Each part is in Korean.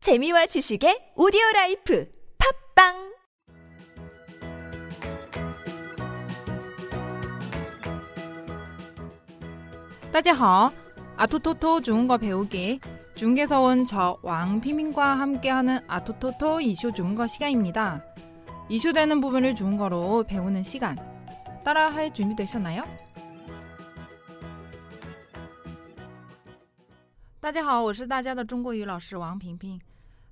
재미와 지식의 오디오 라이프 팝빵 따지하 아토토토 중국어 배우기 중국에서 온 저 왕피민과 함께하는 아토토토 이슈 중국어 시간입니다. 이슈되는 부분을 중국어로 배우는 시간 따라할 준비 되셨나요? 따지하我是大家的中国语老师王平平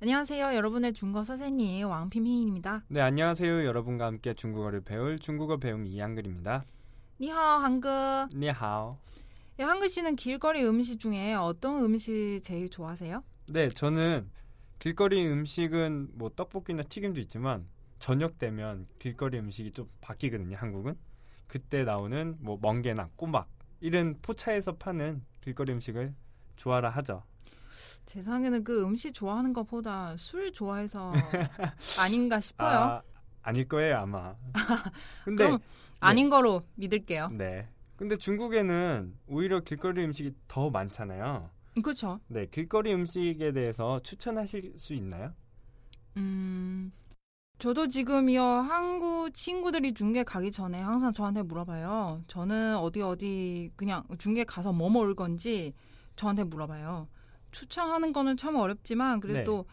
안녕하세요 여러분의 중국어 선생님 왕핑핑입니다. 네, 안녕하세요. 여러분과 함께 중국어를 배울 중국어 배움 이한글입니다. 니하오 한글 니하오. 예, 한글 씨는 길거리 음식 중에 어떤 음식 제일 좋아하세요? 네, 저는 길거리 음식은 뭐 떡볶이나 튀김도 있지만 저녁 되면 길거리 음식이 좀 바뀌거든요, 한국은. 그때 나오는 뭐 멍게나 꼬막 이런 포차에서 파는 길거리 음식을 좋아라 하죠. 제 생각에는 그 음식 좋아하는 것보다 술 좋아해서 아닌가 싶어요. 아, 아닐 거예요, 아마. 근데 그럼 아닌 거로 믿을게요. 네. 근데 중국에는 오히려 길거리 음식이 더 많잖아요. 그렇죠. 네, 길거리 음식에 대해서 추천하실 수 있나요? 음, 저도 지금요 한국 친구들이 중계 가기 전에 항상 저한테 물어봐요. 저는 어디 어디 그냥 중계 가서 뭐 먹을 건지 저한테 물어봐요. 추천하는 거는 참 어렵지만 그래도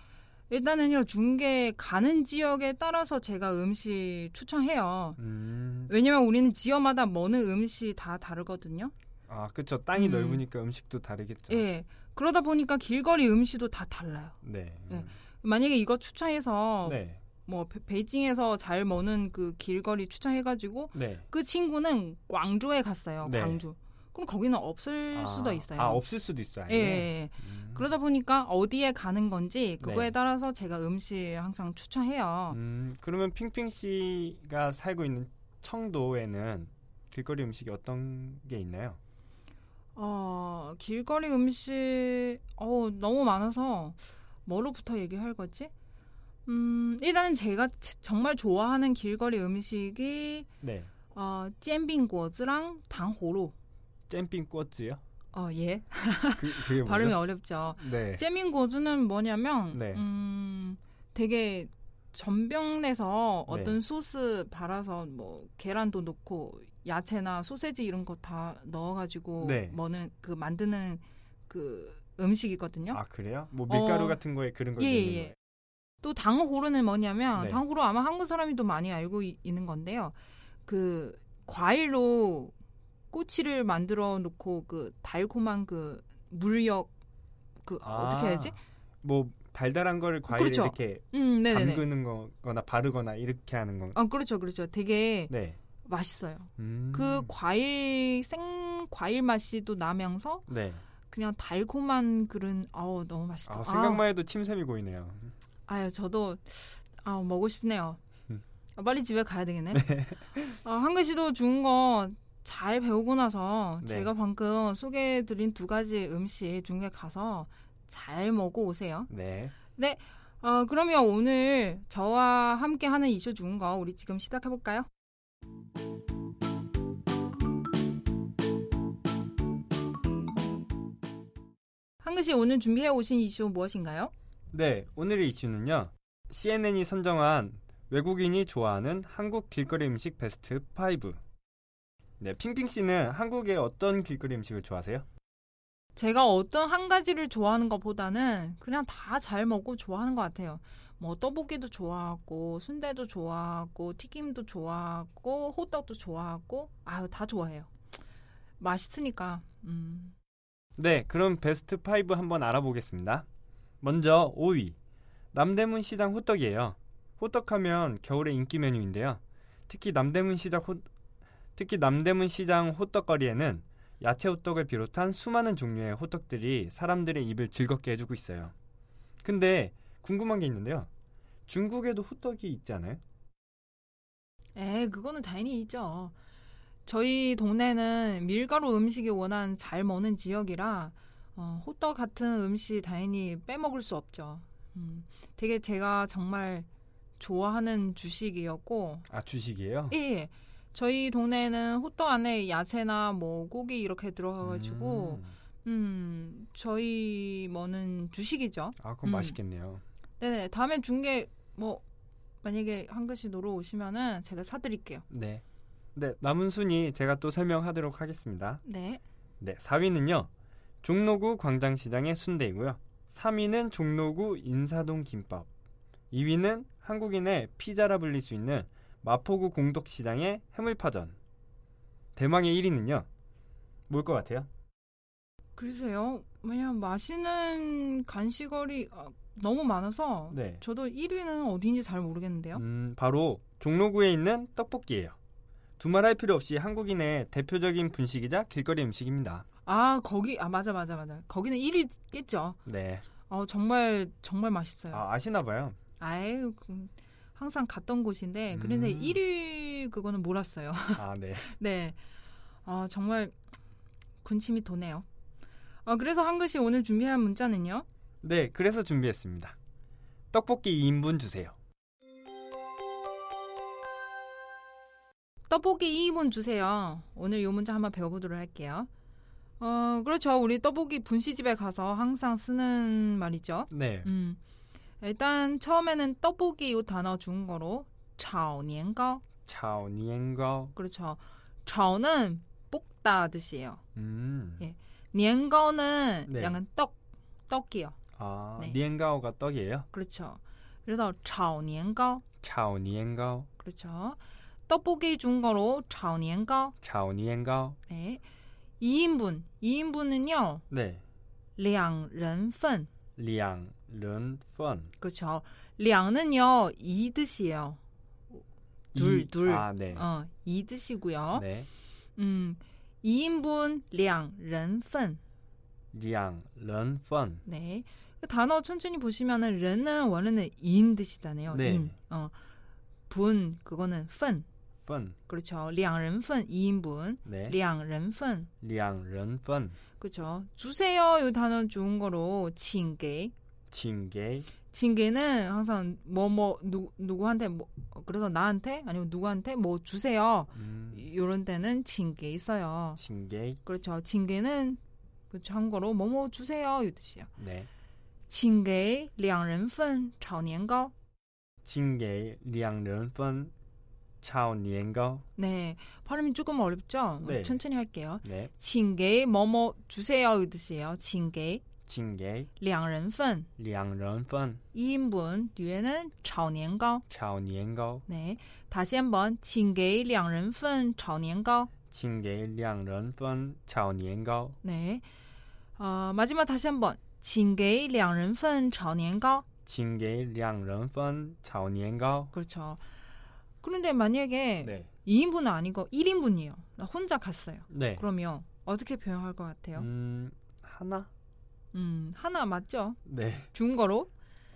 일단은요 중계 가는 지역에 따라서 제가 음식 추천해요. 음. 왜냐면 우리는 지역마다 먹는 음식 다 다르거든요. 아, 그쵸. 땅이 음. 넓으니까 음식도 다르겠죠. 예. 그러다 보니까 길거리 음식도 다 달라요. 네. 네. 만약에 이거 추천해서 네. 뭐 베- 베이징에서 잘 먹는 그 길거리 추천해가지고 네. 그 친구는 광주에 갔어요. 네. 광주. 그럼 거기는 없을 아, 수도 있어요. 아, 없을 수도 있어요. 예, 예. 아예. 예. 음. 그러다 보니까 어디에 가는 건지 그거에 네. 따라서 제가 음식 항상 추천해요. 음, 그러면 핑핑 씨가 살고 있는 청도에는 길거리 음식이 어떤 게 있나요? 어, 길거리 음식 어 너무 많아서 뭐로부터 얘기할 거지? 음, 일단은 제가 제- 정말 좋아하는 길거리 음식이 네. 어, 煎饼果子랑 당호로. 잼핑 꼬치요? 어, 예. 그, 그게 뭐죠? 발음이 어렵죠. 네. 잼인고주는 뭐냐면 네. 음, 되게 전병내서 네. 어떤 소스 발아서 뭐 계란도 넣고 야채나 소세지 이런 거 다 넣어가지고 네. 먹는 그 만드는 그 음식이거든요. 아, 그래요? 뭐 밀가루 어, 같은 거에 그런 거 예, 있는 예. 거예요? 또 당호로는 뭐냐면 네. 당호로 아마 한국 사람이 더 많이 알고 이- 있는 건데요. 그 과일로 꼬치를 만들어 놓고 그 달콤한 그 물엿 그 아, 어떻게 해야지? 뭐 달달한 거를 과일에 그렇죠. 이렇게 음, 네네네. 담그는 거거나 바르거나 이렇게 하는 건. 아 그렇죠 그렇죠 되게 네. 맛있어요 음. 그 과일 생 과일 맛이 또 나면서 네. 그냥 달콤한 그런 아우 너무 맛있어 아, 생각만 해도 침샘이 고이네요. 아, 아유 저도 아 먹고 싶네요 아, 빨리 집에 가야 되겠네 아, 한글 씨도 좋은 거잘 배우고 나서 네. 제가 방금 소개해드린 두 가지 음식 중에 가서 잘 먹고 오세요 네. 아, 그러면 오늘 저와 함께하는 이슈 중거 우리 지금 시작해볼까요? 한글씨 오늘 준비해 오신 이슈 무엇인가요? 네, 오늘의 이슈는요. CNN이 선정한 외국인이 좋아하는 한국 길거리 음식 베스트 5. 네, 핑핑 씨는 한국의 어떤 길거리 음식을 좋아하세요? 제가 어떤 한 가지를 좋아하는 것보다는 그냥 다 잘 먹고 좋아하는 것 같아요. 뭐 떡볶이도 좋아하고 순대도 좋아하고 튀김도 좋아하고 호떡도 좋아하고 아유 다 좋아해요. 맛있으니까 음. 네, 그럼 베스트 5 한번 알아보겠습니다. 먼저 5위. 남대문 시장 호떡이에요. 호떡하면 겨울의 인기 메뉴인데요. 특히 남대문 시장 호 특히 남대문 시장 호떡거리에는 야채 호떡을 비롯한 수많은 종류의 호떡들이 사람들의 입을 즐겁게 해주고 있어요. 근데 궁금한 게 있는데요. 중국에도 호떡이 있지 않아요? 에 그거는 당연히 있죠. 저희 동네는 밀가루 음식이 워낙 잘 먹는 지역이라 어, 호떡 같은 음식 당연히 빼먹을 수 없죠. 음, 되게 제가 정말 좋아하는 주식이었고 아 주식이에요? 예, 예. 저희 동네에는 호떡 안에 야채나 뭐 고기 이렇게 들어가가지고 음. 음. 음, 저희 뭐는 주식이죠. 아, 음. 그럼 맛있겠네요. 네네. 다음에 중계 뭐 만약에 한 글씨 노러 오시면은 제가 사드릴게요. 네. 네, 남은 순위 제가 또 설명하도록 하겠습니다. 네. 네, 4위는요. 종로구 광장시장의 순대이고요. 3위는 종로구 인사동 김밥. 2위는 한국인의 피자라 불릴 수 있는 마포구 공덕시장의 해물파전. 대망의 1위는요. 뭘 것 같아요? 글쎄요. 왜냐면 맛있는 간식거리 아, 너무 많아서 네. 저도 1위는 어디인지 잘 모르겠는데요. 음, 바로 종로구에 있는 떡볶이예요. 두말할 필요 없이 한국인의 대표적인 분식이자 길거리 음식입니다. 아, 거기 아 맞아 맞아 맞아. 거기는 1위겠죠. 네. 어, 정말 정말 맛있어요. 아, 아시나 봐요. 아유, 그, 항상 갔던 곳인데, 음. 그런데 1위 그거는 몰랐어요. 아, 네. 네. 아, 정말 군침이 도네요. 아, 그래서 한글씨 오늘 준비한 문자는요? 네, 그래서 준비했습니다. 떡볶이 2인분 주세요. 떡볶이 2인분 주세요. 오늘 요 문자 한번 배워보도록 할게요. 어, 그렇죠. 우리 떡볶이 분식집에 가서 항상 쓰는 말이죠. 네. 음. 일단 처음에는 떡볶이 요 단어 준 거로炒年糕 차오니엔거. 그렇죠. 炒는 볶다 뜻이에요. 음. 예. 년거는 네. 약간 떡 떡이요. 아, 네. 니엔가오가 떡이에요. 그렇죠. 그래서 炒年糕 차오니엔가오. 그렇죠. 떡볶이 중거로 炒年糕 차오니엔가오. 네. 2인분. 2인분은요. 네. 两人份. 리앙 른펀. 그렇죠. 2는요. 2 뜻이에요. 둘, 이- 둘. 아, 네. 어, 2 뜻이고요. 네. 음. 2인분 2人份. 리앙 른펀. 네. 그 단어 천천히 보시면은 른은 원래는 인 뜻이잖아요. 네. 인. 어. 분 그거는 펀. 펀. 그렇죠. 2人份 2인분. 네. 2人份. 리앙 른펀. 그렇죠. 주세요. 이 단어 좋은 거로 징게. 징게. 징게는 항상 뭐 뭐 누 누구한테 뭐 그래서 나한테 아니면 누구한테 뭐 주세요. 음. 요런 때는 징게 있어요. 징게. 그렇죠. 징게는 그 참고로 뭐 뭐 주세요. 이 뜻이에요. 네. 징게 2人份炒年糕. 징게 리앙 른펀. 차오니엔가오. 네, 발음이 조금 어렵죠? 네. 천천히 할게요. 네. 징게 뭐뭐 주세요 이 뜻이에요. 징게 징게 2人份 리앙 른펀. 2인분 뒤에는 炒年糕. 차오니엔가오. 네, 다시 한번 징게 2人份炒年糕. 징게 리앙 른펀. 차오니엔가오. 네, 어, 마지막 다시 한번 징게 2人份炒年糕.请给两人份炒年糕。 그렇죠. 그런데 만약에 네. 2인분은 아니고 1인분이에요. 나 혼자 갔어요. 네. 그러면 어떻게 표현할 것 같아요? 음, 하나? 음 하나 맞죠? 네. 중거로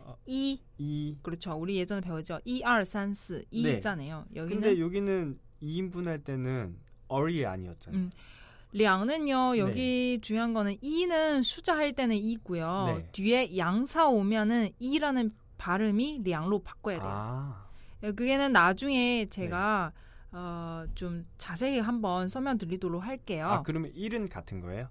어. 이 이. 그렇죠. 우리 예전에 배웠죠. 1, 2, 3, 4, 2 네. 있잖아요. 여기는 근데 여기는 2인분 할 때는 얼이 아니었잖아요. 음. 2는요. 여기 중요한 거는 2는 수자 할 때는 2고요. 네. 뒤에 양사 오면은 2라는 발음이 2로 바꿔야 돼요. 아. 그게는 나중에 제가 네. 어, 좀 자세히 한번 설명 드리도록 할게요. 아, 그러면 1은 같은 거예요?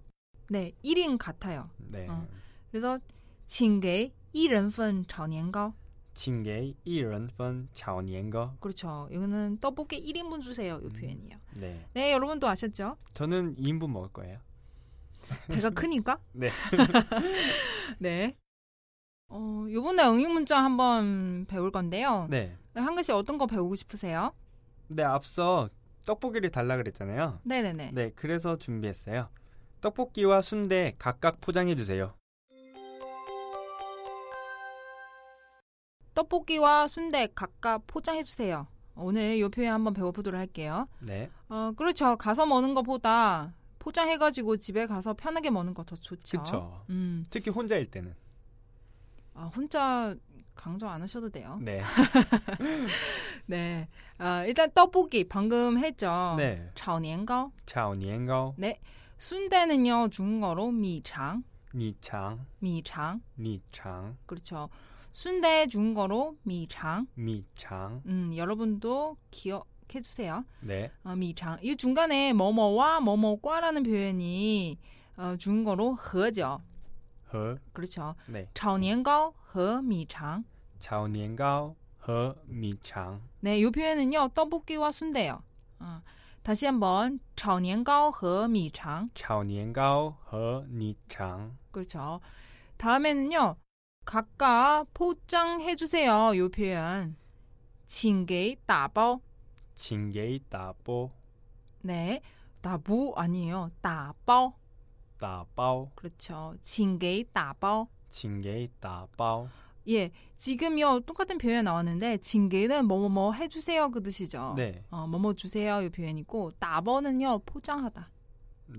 네, 1인 같아요. 네. 어. 그래서 징게 1人份炒年糕请给1人份炒年糕. 그렇죠. 이거는 떡볶이 1인분 주세요. 이 음. 표현이에요. 네. 네, 여러분도 아셨죠? 저는 2인분 먹을 거예요. 배가 크니까? 네. 네. 어, 요번에 응용 문자 한번 배울 건데요. 네. 한 글씨 어떤 거 배우고 싶으세요? 네, 앞서 떡볶이를 달라 그랬잖아요. 네네네. 네, 그래서 준비했어요. 떡볶이와 순대 각각 포장해 주세요. 떡볶이와 순대 각각 포장해 주세요. 오늘 요 표현 한번 배워보도록 할게요. 네. 어, 그렇죠. 가서 먹는 것보다 포장해가지고 집에 가서 편하게 먹는 거 더 좋죠. 그렇죠. 음, 특히 혼자일 때는. 아, 혼자 강조 안 하셔도 돼요. 네. 네. 아, 일단 떡볶이 방금 했죠. 네. 炒年糕.炒年糕 네. 순대는요, 중국어로 미장, 米肠 미장. 米肠 그렇죠. 순대 중국어로 미장. 米肠 음, 여러분도 기억해 주세요. 네. 어, 미장. 이 중간에 뭐뭐와 뭐뭐과라는 표현이 어, 중국어로 허죠. 허, 그렇죠. 네, 炒年糕和米肠 자오니엔가오 허 미창. 네, 이 표현은요. 떡볶이와 순대요. 어, 다시 한번 炒年糕和米肠 자오니엔가오 허 니창. 그렇죠. 다음에는요. 각각 포장해 주세요. 이 표현. 请给打包 징게이 따보 네. 나부 아니에요. 打包 따bao 그렇죠. 请给打包 징게이 따bao. 예, 지금요 똑같은 표현 나왔는데 징계는 뭐뭐뭐 해주세요 그 뜻이죠. 네, 어, 뭐뭐 주세요 이 표현이고 따버는요 포장하다.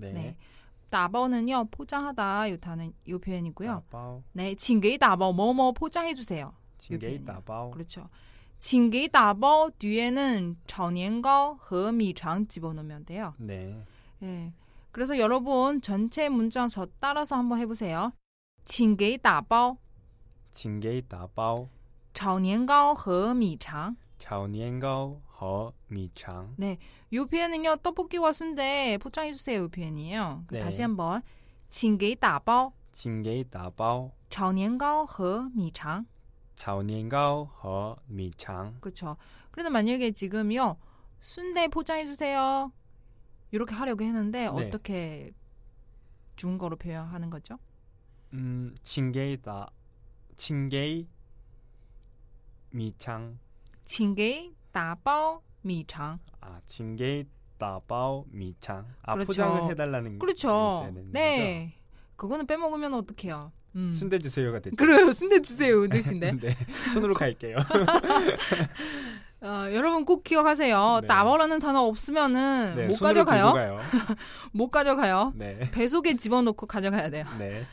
네. 네. 따버는요 포장하다 이 단은 이 표현이고요. 따bao. 네, 징계 따버 뭐뭐 포장해 주세요. 징게이 요편이요. 따bao. 그렇죠. 징계 따버 뒤에는 炒年糕和米肠 집어넣으면 돼요. 네. 예. 그래서 여러분 전체 문장 저 따라서 한번 해보세요. 징계 따버 징게이 따bao. 炒年糕和米肠 자오니엔가오 허 미창. 요 표현은요 떡볶이와 순대 포장해 주세요 요 표현이에요. 그 네. 다시 한번 징게 따bao 징게이 따bao. 炒年糕和米肠 자오니엔가오 허 미창. 그렇죠. 그래도 만약에 지금요 순대 포장해 주세요 이렇게 하려고 했는데 어떻게 중국어로 표현하는 거죠? 음, 징게이 따 징게이 미창. 징게 따bao 미장 아, 징게이 따bao 미창. 아, 그렇죠. 포장을 해 달라는 그렇죠. 네, 그거는 빼먹으면 어떡해요? 음. 순대 주세요가 됐죠. 그래요 순대 주세요 뜻인데 네. 손으로 갈게요. 어, 여러분 꼭 기억하세요 네. 따바라는 단어 없으면은 네, 못 손으로 가져가요 들고 가요. 못 가져가요. 네. 배 속에 집어넣고 가져가야 돼요. 네.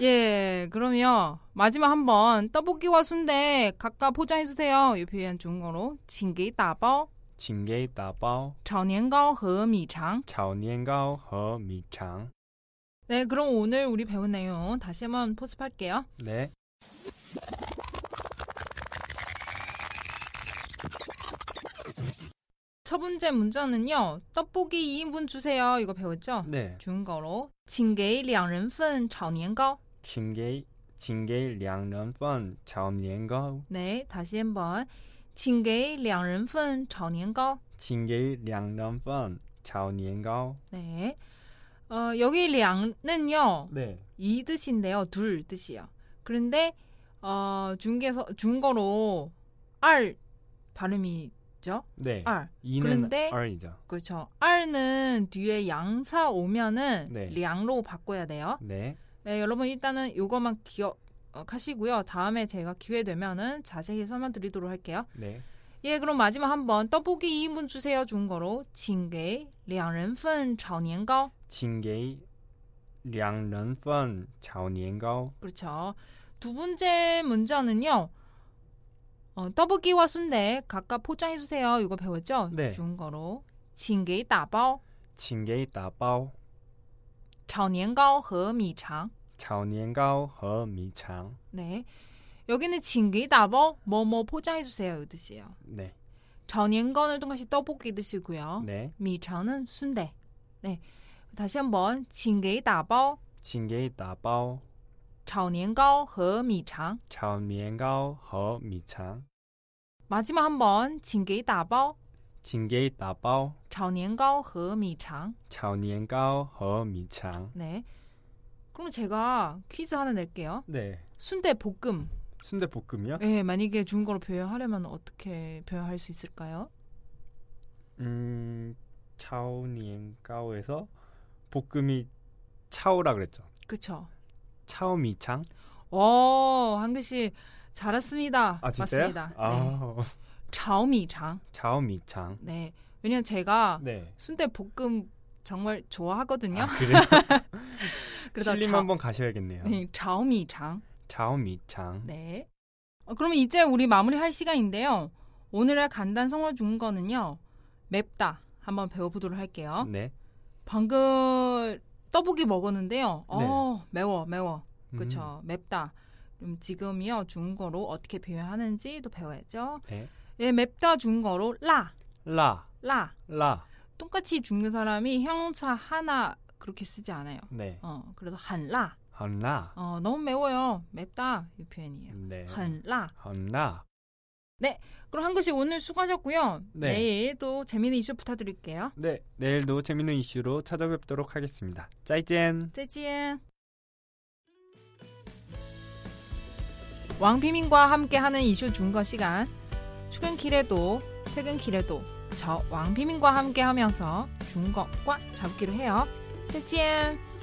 예, 그럼요. 마지막 한번 떡볶이와 순대 각각 포장해 주세요. 이 표현 중국어로 징게 따bao, 징게이 따bao 炒年糕和米肠. 자오니엔가오 허 미창. 네, 그럼 오늘 우리 배운 내용 다시 한번 포습할게요. 네. 첫 번째 문장은요. 떡볶이 2인분 주세요. 이거 배웠죠? 네. 중국어로 징게 2人份炒年糕. 징게이 징게이 량런펀 자오니엔가오 네, 다시 한번 징게 2人份炒年糕. 징게이 량런펀 자오니엔가오. 네. 어, 여기 2는요. 네. 이 뜻인데요. 둘 뜻이에요. 그런데 어, 중개서 중거로 알 발음이죠. 네. 알. 이는 그런데- R이죠. 그렇죠. 알은 뒤에 양사 오면은 네. 량로 바꿔야 돼요. 네. 네, 여러분 일단은 요거만 기억하시고요. 다음에 제가 기회 되면은 자세히 설명드리도록 할게요. 네. 예, 그럼 마지막 한번 떡볶이 2인분 주세요. 중거로 징게 2人份炒年糕. 징게이 량런펀 자오니엔가오. 그렇죠. 두 번째 문제는요. 어, 떡볶이와 순대 각각 포장해 주세요. 이거 배웠죠? 네. 중국어로 징게 따bao, 징게이 따bao 炒年糕和米肠. 자오니엔가오 허 미창. 네. 여기는 징게 따bao 뭐뭐 포장해 주세요. 이 뜻이에요. 네. 炒年糕는 똑같이 떡볶이 드시고요. 네. 미창은 순대. 네. 다시 한번 징게 따bao, 징게이 따bao 炒年糕和米肠. 자오니엔가오 허 미창. 마지막 한번 징게 따bao, 징게이 따bao 炒年糕和米肠. 자오니엔가오 허 미창. 네. 그럼 제가 퀴즈 하나 낼게요. 네. 순대 볶음. 순대 볶음이요? 예, 만약에 중국어로 표현하려면 어떻게 표현할 수 있을까요? 음, 차오니엔가오에서 볶음이 차오라 그랬죠. 그쵸? 차오미창? 오, 한글 씨 잘했습니다. 아 진짜요? 맞습니다. 네. 아, 炒米肠. 차오미창. 네. 왜냐면 제가 네. 순대 볶음 정말 좋아하거든요. 아, 그래요? 그래서 실림 자- 한번 가셔야겠네요. 네,炒米肠. 차오미창. 네. 어, 그럼 이제 우리 마무리할 시간인데요. 오늘의 간단 성어 중거는요. 맵다. 한번 배워보도록 할게요. 네. 방금 떡볶이 먹었는데요. 어, 매워, 매워. 음, 그렇죠. 맵다. 그럼 지금요 중국어로 어떻게 표현하는지도 배워야죠. 네. 예, 맵다 중국어로 라, 라, 라. 라. 똑같이 중국 사람이 형용사 하나 그렇게 쓰지 않아요. 네. 어, 그래도 한라. 헌라. 어, 너무 매워요. 맵다. 이 표현이에요. 네. 한라. 헌라. 그럼 한 글씨 오늘 수고하셨고요. 네. 내일 또 재미있는 이슈 부탁드릴게요. 네. 내일도 재밌는 이슈로 찾아뵙도록 하겠습니다. 짜이젠. 짜잔. 왕비민과 함께하는 이슈 중거 시간. 출근길에도 퇴근길에도 저 왕비민과 함께하면서 중거과 잡기로 해요. 짜잔.